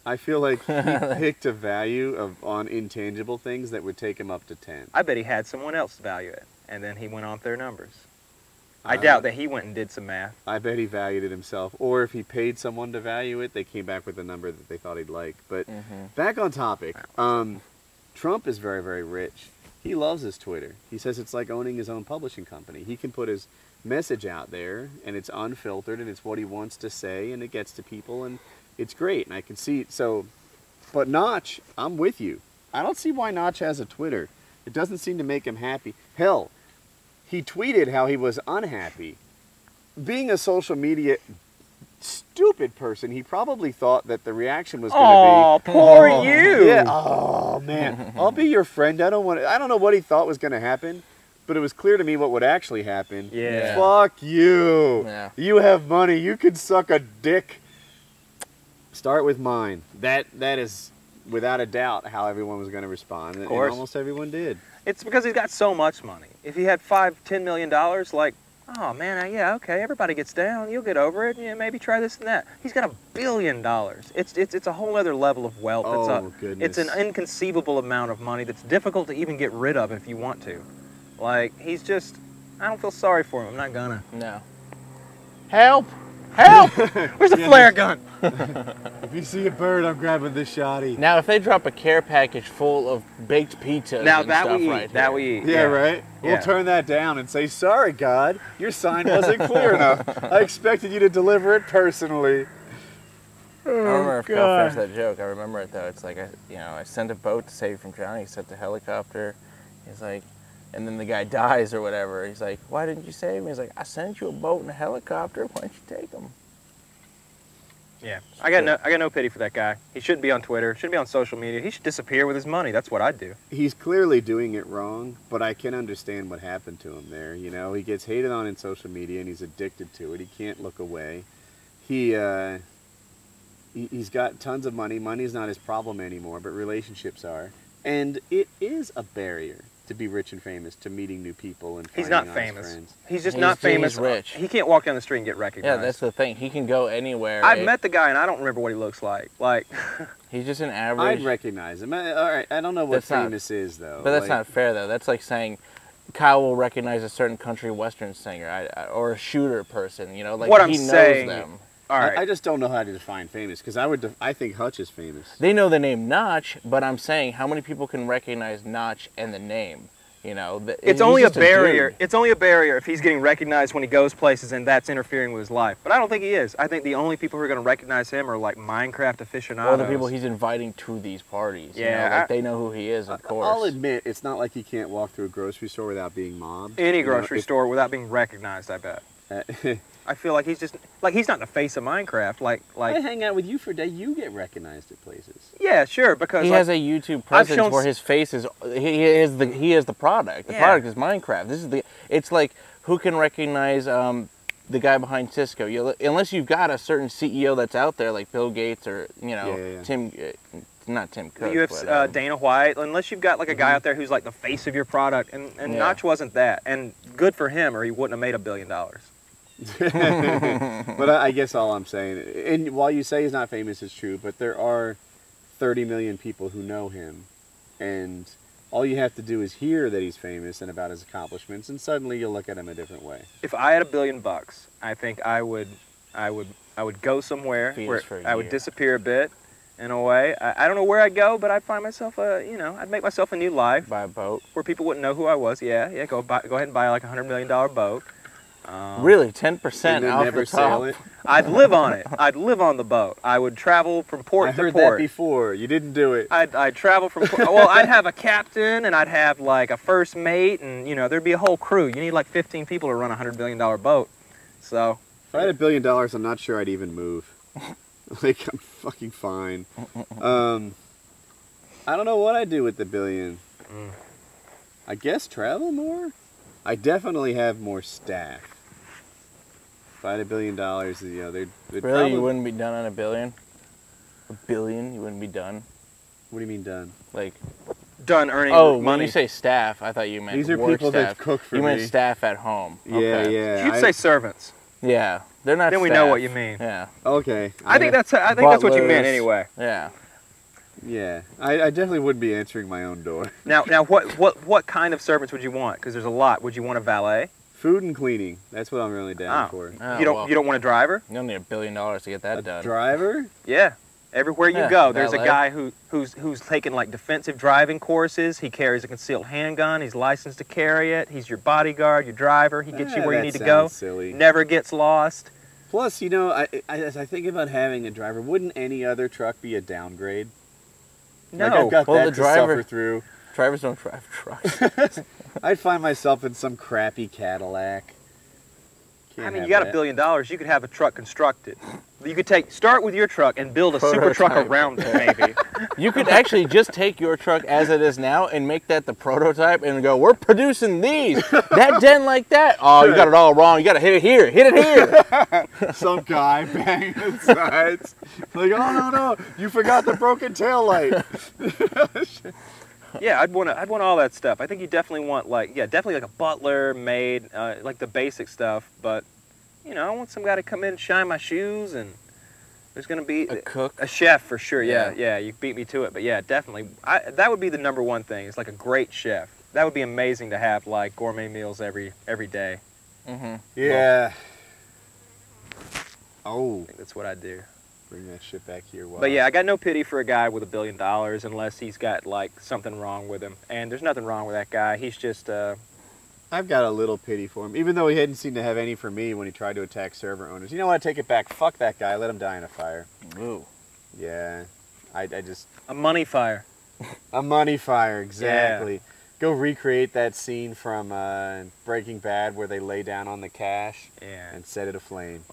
S1: I feel like he picked a value of on intangible things that would take him up to 10.
S3: I bet he had someone else value it, and then he went off their numbers. I
S1: Uh,
S3: doubt that he went and did some math.
S1: I bet he valued it himself, or if he paid someone to value it, they came back with a number that they thought he'd like. But
S2: Mhm.
S1: back on topic, um, Trump is very, very rich. He loves his Twitter. He says it's like owning his own publishing company. He can put his message out there, and it's unfiltered, and it's what he wants to say, and it gets to people, and it's great. And I can see so. But Notch, I'm with you. I don't see why Notch has a Twitter. It doesn't seem to make him happy. Hell, he tweeted how he was unhappy being a social media stupid person, he probably thought that the reaction was
S3: Oh,
S1: going to be.
S3: poor
S1: "Oh,
S3: you!
S1: Yeah. Oh man, I'll be your friend. I don't want. I don't know what he thought was going to happen, but it was clear to me what would actually happen.
S3: Yeah.
S1: Fuck you.
S2: Yeah.
S1: You have money. You can suck a dick. Start with mine. That that is without a doubt how everyone was going to respond, and-
S3: course.
S1: and almost everyone did.
S3: It's because he's got so much money. If he had five, ten million dollars, like, oh man, I- yeah, okay, everybody gets down. You'll get over it. Yeah, maybe try this and that. He's got a billion dollars. It's it's it's a whole other level of wealth. it's
S1: Oh,
S3: a,
S1: goodness.
S3: It's an inconceivable amount of money that's difficult to even get rid of if you want to. Like, he's just. I don't feel sorry for him. I'm not gonna.
S2: No. Help!
S3: Help! Where's the
S1: Yeah,
S3: flare gun?
S1: If you see a bird, I'm grabbing this shoddy.
S2: Now, if they drop a care package full of baked pizzas
S3: Now
S2: and
S3: that
S2: stuff
S3: we eat.
S2: right
S3: that
S2: here,
S3: we eat.
S1: Yeah, right?
S3: Yeah.
S1: We'll turn that down and say, sorry, God, your sign wasn't clear enough. I expected you to deliver it personally.
S2: I don't remember if Kyle
S1: God.
S2: finished that joke. I remember it though. It's like I, you know, I sent a boat to save you from drowning. He sent the helicopter. He's like, and then the guy dies or whatever. He's like, why didn't you save me? He's like, I sent you a boat and a helicopter. Why don't you take them?
S3: Yeah, I got no, I got no pity for that guy. He shouldn't be on Twitter. Shouldn't be on social media. He should disappear with his money. That's what I'd do.
S1: He's clearly doing it wrong, but I can understand what happened to him there. You know, he gets hated on in social media and he's addicted to it. He can't look away. He, uh, he- he's got tons of money. Money's not his problem anymore, but relationships are. And it is a barrier to be rich and famous, to meeting new people and
S3: He's
S1: finding
S3: not
S1: honest
S3: famous.
S1: friends.
S3: He's just
S2: He's-
S3: not
S2: he's
S3: famous.
S2: rich.
S3: He can't walk down the street and get
S2: Yeah,
S3: recognized.
S2: that's the thing. He can go anywhere.
S3: I've
S2: It-
S3: met the guy and I don't remember what he looks like. Like,
S2: He's just an
S1: I'd
S2: average.
S1: recognize him. I, all right, I don't know what
S2: That's not-
S1: famous is though.
S2: but that's
S1: Like,
S2: not fair though. That's like saying. Kyle will recognize a certain country western singer I, I- or a shooter person, you know, like
S3: What
S2: he
S3: I'm
S2: knows
S3: saying-
S2: them.
S3: all right,
S1: I, I just don't know how to define famous because I would. Def- I think Hutch is famous.
S2: They know the name Notch, but I'm saying how many people can recognize Notch and the name? You know, th-
S3: it's
S2: he's
S3: only a
S2: just
S3: barrier.
S2: dude.
S3: it's only a barrier if he's getting recognized when he goes places and that's interfering with his life. But I don't think he is. I think the only people who are going to recognize him are like Minecraft
S2: All
S3: aficionados.
S2: the people he's inviting to these parties. you know,
S3: Yeah,
S2: like
S3: I-
S2: they know who he is, of course.
S1: I'll admit it's not like he can't walk through a grocery store without being mobbed.
S3: any
S1: You know,
S3: grocery
S1: it-
S3: store without being recognized. I bet.
S2: Uh,
S3: I feel like he's just like he's not the face of Minecraft. Like,
S1: I
S3: like,
S1: hang out with you for a day. You get recognized at places.
S3: yeah, sure, because
S2: he
S3: like,
S2: has a YouTube presence
S3: shown
S2: where
S3: s-
S2: his face is. He he is the he is the product. The
S3: Yeah.
S2: product is Minecraft. This is the. It's like who can recognize um, the guy behind Cisco? You, unless you've got a certain CEO that's out there like Bill Gates or you know
S1: Yeah, yeah, yeah.
S2: Tim, uh, not Tim Cook.
S3: the
S2: but,
S3: UFC, uh,
S2: um, Mm-hmm.
S3: Dana White, unless you've got like a guy out there who's like the face of your product, and, and
S2: Yeah.
S3: Notch wasn't that, and good for him, or he wouldn't have made a billion dollars.
S1: but I, I guess all I'm saying, and while you say he's not famous, it's true. But there are 30 million people who know him, and all you have to do is hear that he's famous and about his accomplishments, and suddenly you'll look at him a different way.
S3: If I had a billion bucks, I think I would, I would, I would go somewhere
S2: Feed
S3: where
S2: us for a
S3: I would
S2: year.
S3: disappear a bit, in a way. I, I don't know where I'd go, but I'd find myself a, you know, I'd make myself a new life
S2: by a boat.
S3: where people wouldn't know who I was. Yeah, yeah, go buy, go ahead and buy like a hundred million dollar boat. Um,
S2: Really, ten percent
S1: And then
S2: off
S1: never
S2: the top.
S1: sail it.
S3: I'd live on it. I'd live on the boat. I would travel from port
S1: I
S3: to
S1: heard that
S3: port.
S1: before. You didn't do it.
S3: I'd, I'd travel from port. well, I'd have a captain and I'd have like a first mate and you know there'd be a whole crew. You need like 15 people to run a hundred billion dollar boat. So
S1: If I had a billion dollars, I'm not sure I'd even move. like I'm fucking fine. Um, I don't know what I'd do with the billion.
S3: Mm.
S1: I guess travel more. I definitely have more staff. If I had a billion dollars, you know, they'd, they'd
S2: Really,
S1: probably,
S2: you wouldn't be done on a billion. A billion, you wouldn't be done.
S1: What do you mean done?
S2: Like,
S3: done earning
S2: oh, when
S3: money.
S2: you say staff, I thought you meant
S1: These are
S2: work
S1: people
S2: staff.
S1: that cook for
S2: you
S1: me.
S2: meant staff at home.
S1: Yeah,
S2: okay.
S1: yeah.
S3: You'd
S1: I-
S3: say servants.
S2: Yeah, they're not.
S3: Then we know what
S2: staff.
S3: you mean.
S2: Yeah,
S1: Okay.
S3: I think that's I think that's what you meant
S2: Butlers.
S3: anyway.
S2: yeah.
S1: Yeah, I, I definitely wouldn't be answering my own door.
S3: Now now what what what kind of servants would you want? Because there's a lot. Would you want a valet?
S1: Food and cleaning. That's what I'm really down
S3: Oh.
S1: for.
S2: Oh,
S3: you don't
S2: well,
S3: you don't want a driver?
S2: you'll need a billion dollars to get that
S1: A
S2: done.
S1: driver.
S3: Yeah. Everywhere you
S2: Yeah,
S3: go, there's a
S2: valet.
S3: guy who who's who's taken like defensive driving courses. He carries a concealed handgun. He's licensed to carry it. He's your bodyguard, your driver. He gets
S1: Ah,
S3: you where you
S1: that
S3: need to go.
S1: sounds Silly.
S3: Never gets lost.
S1: Plus, you know, I, I, as I think about having a driver, wouldn't any other truck be a downgrade?
S3: No.
S1: like I've got
S2: Well,
S1: that
S2: the
S1: to
S2: driver-
S1: suffer through.
S2: Drivers don't drive trucks.
S1: I'd find myself in some crappy Cadillac.
S3: I
S1: Can't
S3: mean, you
S1: have
S3: got a
S1: that.
S3: billion dollars, you could have a truck constructed. You could take start with your truck and build a super truck
S2: Prototype.
S3: around it, maybe.
S2: you could actually just take your truck as it is now and make that the prototype and go, we're producing these. That dent like that. Oh, you got it all wrong. You got to hit it here. Hit it here.
S1: Some guy banging his sides. Like, oh no no, you forgot the broken tail light.
S3: yeah, I'd want to. I'd want all that stuff. I think you definitely want like yeah, definitely like a butler, maid, uh, like the basic stuff. But you know, I want some guy to come in and shine my shoes, and there's gonna be
S2: a
S3: a,
S2: cook.
S3: chef for sure. Yeah,
S2: Yeah.
S3: yeah, you beat me to it, but yeah, definitely. I, that would be the number one thing. It's like a great chef. That would be amazing to have like gourmet meals every every day.
S2: hmm
S1: Yeah. Oh,
S3: I think that's what I do.
S1: bring that shit back here. Wow.
S3: But yeah, I got no pity for a guy with a billion dollars unless he's got like something wrong with him. And there's nothing wrong with that guy. He's just uh
S1: I've got a little pity for him, even though he hadn't seemed to have any for me when he tried to attack server owners. You know what? I take it back. Fuck that guy. Let him die in a fire.
S2: Ooh.
S1: Yeah, I, I just
S3: a money fire.
S1: a money fire exactly. Go recreate that scene from uh, Breaking Bad where they lay down on the cash
S3: Yeah.
S1: and set it aflame.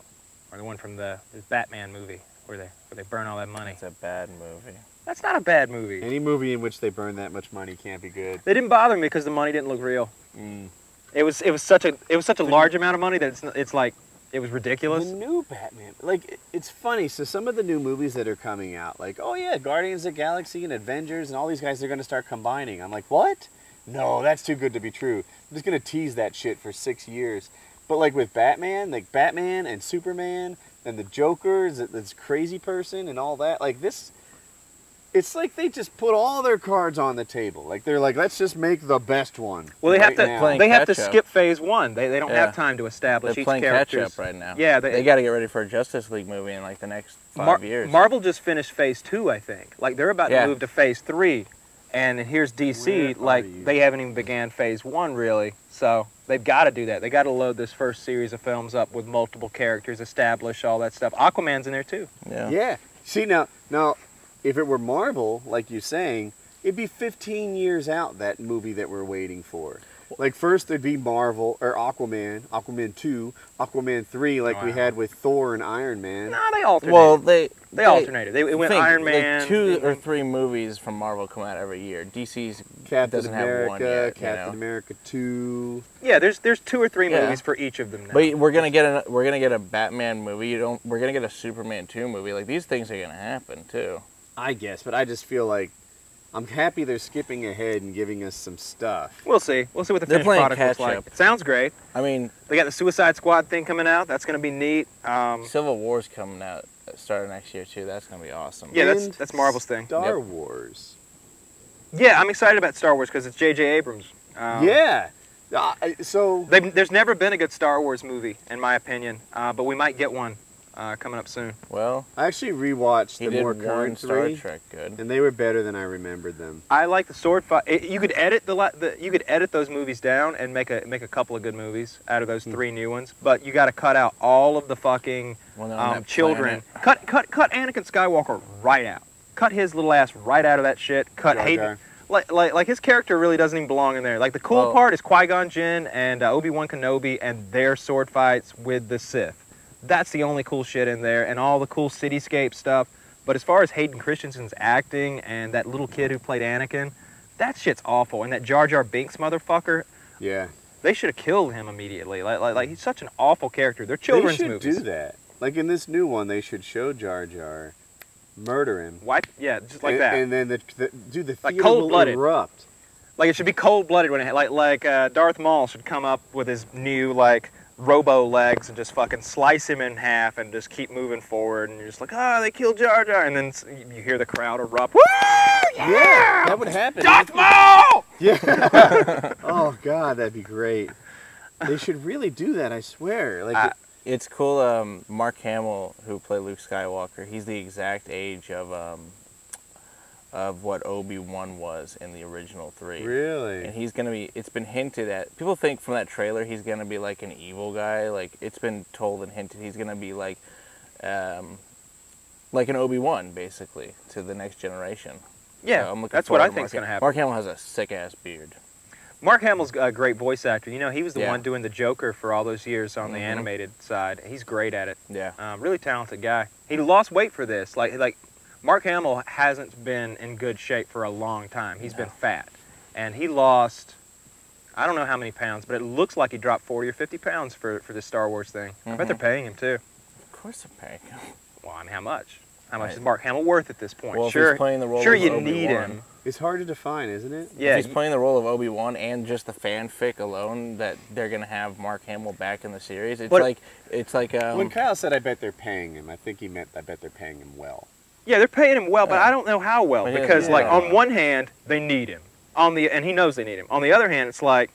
S3: Or the one from the the Batman movie where they where they burn all that money.
S2: It's a bad movie.
S3: That's not a bad movie.
S1: Any movie in which they burn that much money can't be good.
S3: They didn't bother me because the money didn't look real.
S1: Mm.
S3: It was it was such a it was such a large amount of money that it's n- it's like it was ridiculous.
S1: The new Batman, like it- it's funny. So some of the new movies that are coming out, like oh yeah, Guardians of the Galaxy and Avengers and all these guys, they're going to start combining. I'm like, what? No, that's too good to be true. I'm just going to tease that shit for six years. But like with Batman, like Batman and Superman and the Joker, is it- this crazy person and all that, like this. It's like they just put all their cards on the table. Like they're like, let's just make the best one.
S3: Well, they
S1: right
S3: have to
S1: now.
S2: Playing
S3: they have to
S2: catch up.
S3: skip phase 1. They they don't
S2: Yeah.
S3: have time to
S2: They're
S3: establish each
S2: playing catch
S3: character's
S2: up right now.
S3: Yeah, they-
S2: they, got to get ready for a Justice League movie in like the next five
S3: Mar-
S2: years.
S3: Marvel just finished phase two, I think. Like they're about
S2: Yeah.
S3: to move to phase three, and here's
S1: Where
S3: DC.
S1: are you?
S3: Like they haven't even began phase one really, so they've got to do that. They got to load this first series of films up with multiple characters, establish all that stuff. Aquaman's in there too.
S2: yeah.
S1: Yeah. See now, now, if it were Marvel, like you're saying, it'd be 15 years out that movie that we're waiting for. Like first there'd be Marvel or Aquaman, Aquaman two, Aquaman three, like we
S3: Wow.
S1: had with Thor and Iron Man.
S3: No, they alternate.
S2: Well, they
S3: they, alternated. They it went
S2: think,
S3: Iron
S2: like,
S3: Man.
S2: two
S3: it
S2: or
S3: went-
S2: three movies from Marvel come out every year. DC's
S1: Captain
S2: doesn't have one
S1: America,
S2: yet. you
S1: Captain
S2: know?
S1: America two.
S3: yeah, there's there's two or three
S2: Yeah.
S3: movies for each of them now.
S2: But we're gonna get a we're gonna get a Batman movie. You don't. We're gonna get a Superman two movie. Like these things are gonna happen too.
S1: I guess, but I just feel like I'm happy they're skipping ahead and giving us some stuff.
S3: we'll see. We'll see what the
S2: They're
S3: finished
S2: playing
S3: product looks
S2: catch
S3: like.
S2: up.
S3: It sounds great.
S2: I mean,
S3: They got the Suicide Squad thing coming out. That's gonna be neat. Um,
S2: Civil War's coming out uh, starting next year too. That's gonna be awesome.
S3: Yeah, that's-
S1: And
S3: that's Marvel's thing.
S1: Star
S2: Yep.
S1: Wars.
S3: yeah, I'm excited about Star Wars because it's J.J. Abrams. Um,
S1: yeah. Uh, I- so
S3: They've, there's never been a good Star Wars movie, in my opinion, uh, but we might get one. uh, coming up soon.
S2: Well,
S1: I actually rewatched
S2: he
S1: the
S2: did
S1: more
S2: one
S1: current
S2: Star
S1: three,
S2: Trek good.
S1: and they were better than I remembered them.
S3: I like the sword fight. it- you could edit the, la- the you could edit those movies down and make a make a couple of good movies out of those
S1: Hmm.
S3: three new ones, but you got to cut out all of the fucking
S2: When they're on
S3: um,
S2: that
S3: children.
S2: planet.
S3: Cut cut cut Anakin Skywalker right out. Cut his little ass right out of that shit. Cut
S1: Jar
S3: Hayden.
S1: Jar.
S3: Like, like like his character really doesn't even belong in there. Like the cool
S2: Well-
S3: part is Qui Gon Jinn and uh, Obi Wan Kenobi and their sword fights with the Sith. That's the only cool shit in there, and all the cool cityscape stuff. But as far as Hayden Christensen's acting and that little kid who played Anakin, that shit's awful. And that Jar Jar Binks motherfucker,
S1: Yeah,
S3: they should have killed him immediately. Like, like like he's such an awful character. They're children's
S1: they should
S3: movies.
S1: do that. Like in this new one, they should show Jar Jar, murder him,
S3: Wipe, yeah, just like
S1: and,
S3: that.
S1: and then the, the dude, the
S3: Like
S1: theater will
S3: cold-blooded.
S1: erupt.
S3: Like it should be cold-blooded when it like like uh, Darth Maul should come up with his new like robo legs and just fucking slice him in half and just keep moving forward and you're just like ah they killed Jar Jar and then s- you hear the crowd erupt woo yeah,
S1: Yeah, that would happen.
S3: Darth Maul
S1: Yeah. oh God, that'd be great. They should really do that. I swear. Like,
S3: I-
S2: It's cool. Um, Mark Hamill, who played Luke Skywalker, he's the exact age of um, of what Obi Wan was in the original three.
S1: really.
S2: And he's gonna be. It's been hinted at. People think from that trailer he's gonna be like an evil guy. Like it's been told and hinted he's gonna be like, um, like an Obi Wan basically to the next generation.
S3: yeah
S2: So I'm looking
S3: that's what I
S2: forward to
S3: think's
S2: Mark
S3: gonna
S2: Ham-
S3: happen
S2: Mark Hamill has a sick ass beard.
S3: Mark Hamill's a great voice actor you know he was the
S2: Yeah.
S3: one doing the Joker for all those years on the
S2: Mhm.
S3: animated side he's great at it
S2: Yeah.
S3: Um, really talented guy. He lost weight for this. Like like Mark Hamill hasn't been in good shape for a long time. He's been
S2: No.
S3: fat, and he lost. I don't know how many pounds, but it looks like he dropped 40 or 50 pounds for, for this Star Wars thing. I bet
S2: Mhm.
S3: they're paying him too.
S2: Of course, I'm paying. him.
S3: Well, I mean, how much? How much
S2: Right.
S3: is Mark Hamill worth at this point?
S2: Well, if
S3: sure,
S2: he's playing the role
S3: sure
S2: of
S3: you
S2: Obi-Wan,
S3: need him.
S1: It's hard to define, isn't it?
S3: Yeah,
S2: if he's
S3: you-
S2: playing the role of Obi Wan and just the fanfic alone that they're gonna have Mark Hamill back in the series, it's
S3: But-
S2: like it's like um,
S1: when Kyle said, "I bet they're paying him," I think he meant, "I bet they're paying him well."
S3: Yeah, they're paying him well, but
S2: Yeah.
S3: I don't know how well
S2: But he
S3: because,
S2: doesn't-
S3: like,
S2: yeah.
S3: on one hand, they need him. On the and he knows they need him. On the other hand, it's like,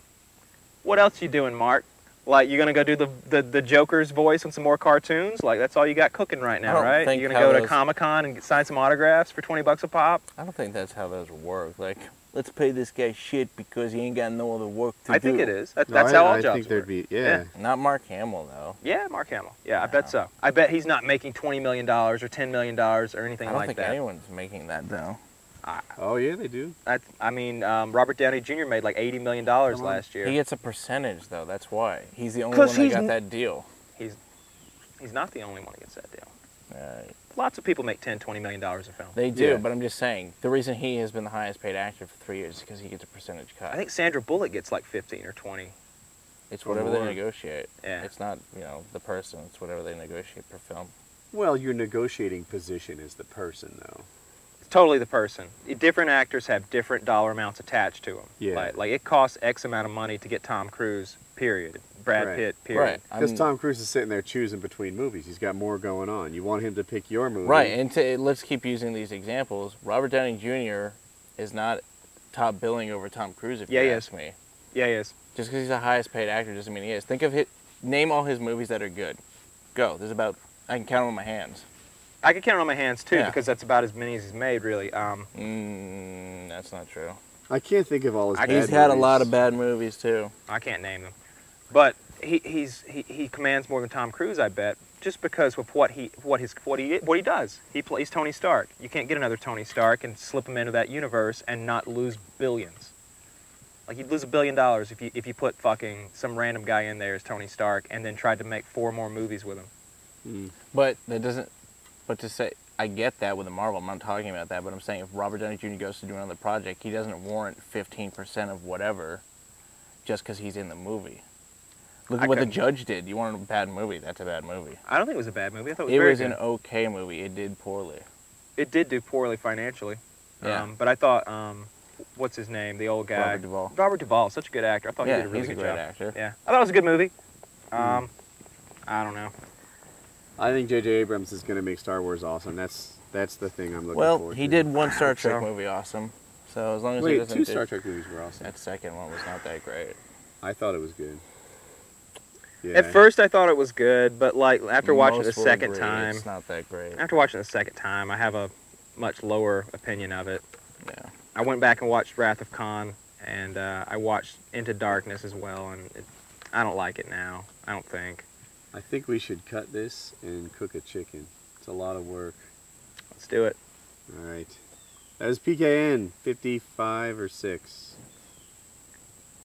S3: what else you doing, Mark? Like, you gonna go do the the, the Joker's voice on some more cartoons? Like, that's all you got cooking right now,
S2: don't
S3: right?
S2: think
S3: You gonna
S2: how
S3: go to
S2: those-
S3: Comic Con and sign some autographs for twenty bucks a pop?
S2: I don't think that's how those work. Like, let's pay this guy shit because he ain't got no other work to
S3: I
S2: do.
S3: think it is. That,
S1: No,
S3: that's
S1: I,
S3: how all
S1: I
S3: jobs
S1: think there'd
S3: work.
S1: be. Yeah.
S3: Yeah.
S2: Not Mark Hamill though.
S3: Yeah, Mark Hamill. Yeah, I bet so. I bet he's not making twenty million dollars or ten million dollars or
S2: I
S3: anything
S2: don't
S3: like
S2: think
S3: that.
S2: anyone's making that though.
S1: Oh yeah, they do.
S3: I, I mean, um, Robert Downey Jr. made like eighty million dollars
S1: Come on.
S3: last year.
S2: He gets a percentage though. That's why he's the only
S3: 'Cause
S2: one that
S3: he's
S2: got
S3: n-
S2: that deal.
S3: he's not the only one who gets that deal.
S2: Uh,
S3: Lots of people make 10, 20 million dollars a film.
S2: they do,
S1: Yeah.
S2: but I'm just saying the reason he has been the highest paid actor for three years is because he gets a percentage cut.
S3: I think Sandra Bullock gets like 15 or 20.
S2: it's
S1: Or
S2: whatever they
S1: more.
S2: negotiate.
S3: Yeah.
S2: It's not you know the person. It's whatever they negotiate per film.
S1: Well, your negotiating position is the person, though.
S3: It's totally the person. Different actors have different dollar amounts attached to them.
S1: Yeah.
S3: Like, like it costs X amount of money to get Tom Cruise, period. Brad
S1: Right.
S3: Pitt, period.
S2: Right. I
S1: Because
S2: mean-
S1: Tom Cruise is sitting there choosing between movies. He's got more going on. You want him to pick your movie,
S2: Right, and to, let's keep using these examples. Robert Downey Jr. is not top billing over Tom Cruise, if
S3: Yeah,
S2: you
S3: he is.
S2: ask me.
S3: Yeah, he is.
S2: Just because he's the highest paid actor doesn't mean he is. Think of his, name all his movies that are good. Go. There's about I can count them on my hands.
S3: I could count it on my hands too
S2: Yeah.
S3: because that's about as many as he's made, really. Um,
S2: Mm, that's not true.
S1: I can't think of all his.
S3: I-
S1: bad
S2: he's had a
S1: movies.
S2: lot of bad movies too.
S3: I can't name them, but he, he's he, he commands more than Tom Cruise, I bet, just because of what he what his what he what he does. He plays Tony Stark. You can't get another Tony Stark and slip him into that universe and not lose billions. Like you'd lose a billion dollars if you if you put fucking some random guy in there as Tony Stark and then tried to make four more movies with him.
S1: Hmm.
S2: But that doesn't. But to say I get that with the Marvel, I'm not talking about that. But I'm saying if Robert Downey Jr. goes to do another project, he doesn't warrant 15% of whatever, just because he's in the movie. Look at
S3: I
S2: what
S3: couldn't-
S2: the Judge did. You want a bad movie? That's a bad movie.
S3: I don't think it was a bad movie. I thought it was
S2: It
S3: very
S2: was
S3: good.
S2: an okay movie. It did poorly.
S3: it did do poorly financially.
S2: Yeah.
S3: Um, but I thought um, what's his name, the old guy,
S2: Robert Duvall.
S3: Robert Duvall, such a good actor. I thought
S2: yeah,
S3: Oh, he did a really
S2: he's
S3: good
S2: a great
S3: job.
S2: actor.
S3: Yeah, I thought it was a good movie. Um, I don't know.
S1: I think J.J. Abrams is going to make Star Wars awesome. That's that's the thing I'm looking
S2: Well,
S1: forward to.
S2: he did one Star
S3: So-
S2: Trek movie awesome. So as long as he
S1: Wait,
S2: doesn't
S1: two
S2: do
S1: Star Trek movies were awesome.
S2: that second one was not that great.
S1: I thought it was good. Yeah.
S3: At first, I thought it was good, but like after watching it the
S2: Most will
S3: second
S2: agree,
S3: time,
S2: it's not that great.
S3: after watching the second time, I have a much lower opinion of it.
S2: Yeah.
S3: I went back and watched Wrath of Khan, and uh, I watched Into Darkness as well, and it, I don't like it now. I don't think.
S1: I think we should cut this and cook a chicken. It's a lot of work.
S3: Let's do it.
S1: All right. That was PKN 55 or 6.